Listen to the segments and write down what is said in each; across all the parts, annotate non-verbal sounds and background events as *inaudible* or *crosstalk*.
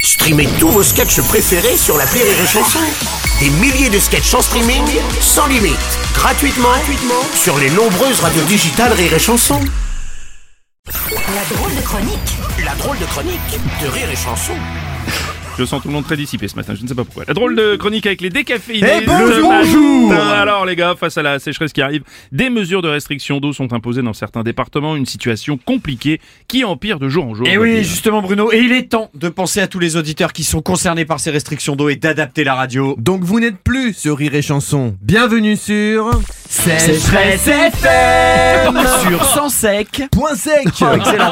Streamez tous vos sketchs préférés sur la Rire et Chanson. Des milliers de sketchs en streaming, sans limite, gratuitement, gratuitement sur les nombreuses radios digitales Rire et Chanson. La drôle de chronique La drôle de chronique de Rire et Chanson. Je sens tout le monde très dissipé ce matin, je ne sais pas pourquoi. La drôle de chronique avec les décaféinés. Eh, bonjour, Le matin. bonjour. Alors les gars, face à la sécheresse qui arrive, des mesures de restriction d'eau sont imposées dans certains départements, une situation compliquée qui empire de jour en jour. Et on va Eh oui, dire. justement Bruno, et il est temps de penser à tous les auditeurs qui sont concernés par ces restrictions d'eau et d'adapter la radio. Donc vous n'êtes plus sur Rire et Chanson. Bienvenue sur Sécheresse *laughs* FM sur sans sec. Point Sec. *laughs* excellent.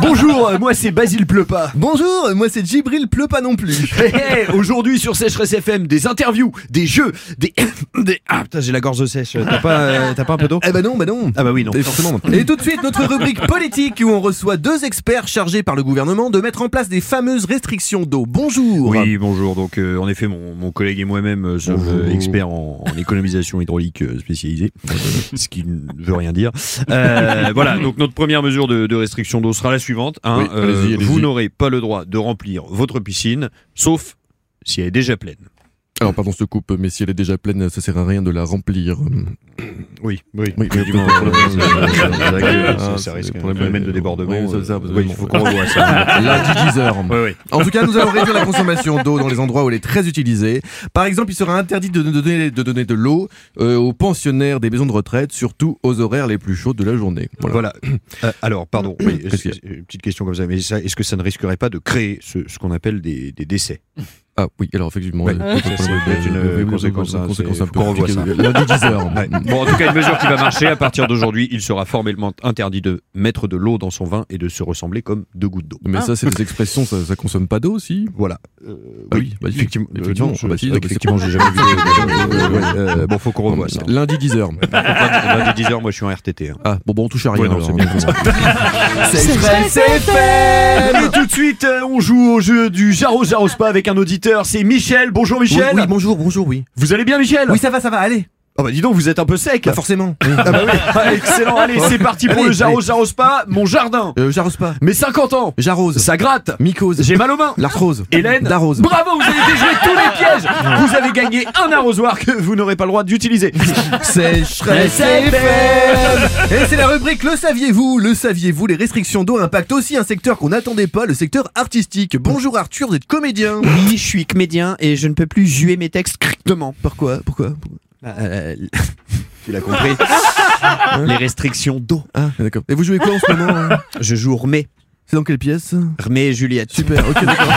Bonjour, euh, moi c'est Basile Pleut pas. Bonjour, euh, moi c'est Djibril pleut pas non *laughs* plus. Hé, hé, Eh, Aujourd'hui sur Sécheresse FM, des interviews, des jeux, des... *coughs* des... Ah putain, j'ai la gorge sèche. T'as pas, euh, t'as pas un peu d'eau Eh ben non, bah non. Ah bah oui, non. Et forcément. non. Et tout de suite notre *laughs* rubrique politique où on reçoit deux experts chargés par le gouvernement de mettre en place des fameuses restrictions d'eau. Bonjour. Oui, bonjour. Donc, euh, en effet, mon, mon collègue et moi-même euh, sommes euh, experts en, en économisation hydraulique euh, *laughs* spécialisée, ce qui ne veut rien dire. Euh, voilà, donc notre première mesure de, de restriction d'eau sera la suivante. hein. Euh, vous n'aurez pas le droit de remplir votre piscine, sauf si elle est déjà pleine. Alors pardon, je te coupe, mais si elle est déjà pleine, ça sert à rien de la remplir. Oui, oui. Oui, mais- Effectivement, euh, c'est vrai que, euh, Ah, ça c'est risque le un problème phénomène de- de débordement. Oui, ça, ça, euh, parce que oui, bon, il faut qu'on revoie ça. Lundi 10h. Oui, oui. En tout cas, nous allons réduire la consommation d'eau dans les endroits où elle est très utilisée. Par exemple, il sera interdit de, de donner, de donner de l'eau euh, aux pensionnaires des maisons de retraite, surtout aux horaires les plus chauds de la journée. Voilà. Voilà. Euh, alors, pardon, oui, Qu'est-ce qu'il y a est-ce- une petite question comme ça, mais ça, est-ce que ça ne risquerait pas de créer ce, ce qu'on appelle des, des décès Ah oui, alors effectivement, Ouais, euh, ça, peut-être c'est un problème peut-être de- une de- de- conséquence, hein, conséquence c'est- un faut peu qu'on revoie compliquée. Lundi 10h. Ouais. Bon, en tout cas, une mesure qui va marcher. À partir d'aujourd'hui, il sera formellement interdit de mettre de l'eau dans son vin et de se ressembler comme deux gouttes d'eau. Ah. Mais ça, c'est des expressions, ça, ça consomme pas d'eau aussi Voilà. Euh, Ah oui, bah, effectivement. euh, effectivement. non, Ah bah, je- si, ah, donc, effectivement, j'ai jamais *laughs* vu. de- de- de- de- ouais, euh, bon, faut qu'on revoie ça. Lundi 10h. Lundi 10h, moi je suis en RTT. hein. Ah bon, bon, on touche à rien. Ouais, non, alors. hein. c'est bien comme ça. Et tout de suite, euh, on joue au jeu du Jaro Jaro Spa avec un auditeur, c'est Michel. Bonjour Oui, Michel oui, bonjour, bonjour, oui. Vous allez bien Michel Oui, ça va, ça va, allez. Ah bah dis donc, vous êtes un peu sec. Bah, forcément. Ah bah oui. Ah, excellent, allez, c'est parti pour Allez, le Jaro allez. Jaro Spa, mon jardin. Euh, j'arrose pas. Mes 50 ans, J'arrose. ça gratte. Mycose. J'ai mal aux mains. L'arthrose. Hélène, La rose. bravo, vous avez déjoué tous les pièges. Vous avez gagné un arrosoir que vous n'aurez pas le droit d'utiliser. *laughs* Sécheresse Sécheresse FM. Et c'est la rubrique Le saviez-vous Le saviez-vous Les restrictions d'eau impactent aussi un secteur qu'on n'attendait pas, le secteur artistique. Bonjour Arthur, vous êtes comédien. Oui, *laughs* je suis comédien et je ne peux plus juer mes textes correctement. Pourquoi Pourquoi Bah, Euh, tu l'as compris. Hein Les restrictions d'eau. Ah, d'accord. Et vous jouez quoi en ce moment hein Je joue Remet. C'est dans quelle pièce Remet et Juliette. Super, ok, d'accord.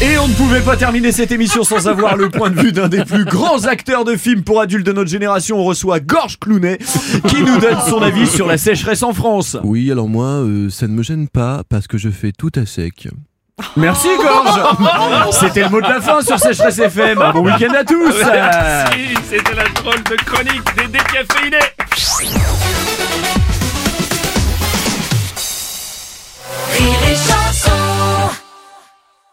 Et on ne pouvait pas terminer cette émission sans avoir le point de vue d'un des plus grands acteurs de films pour adultes de notre génération. On reçoit Gorge Clounet qui nous donne son avis sur la sécheresse en France. Oui, alors moi, euh, ça ne me gêne pas parce que je fais tout à sec. Merci Gorge C'était le mot de la fin sur Sécheresse FM. Un bon week-end à tous Ah Merci, C'était la drôle de chronique des décaféinés.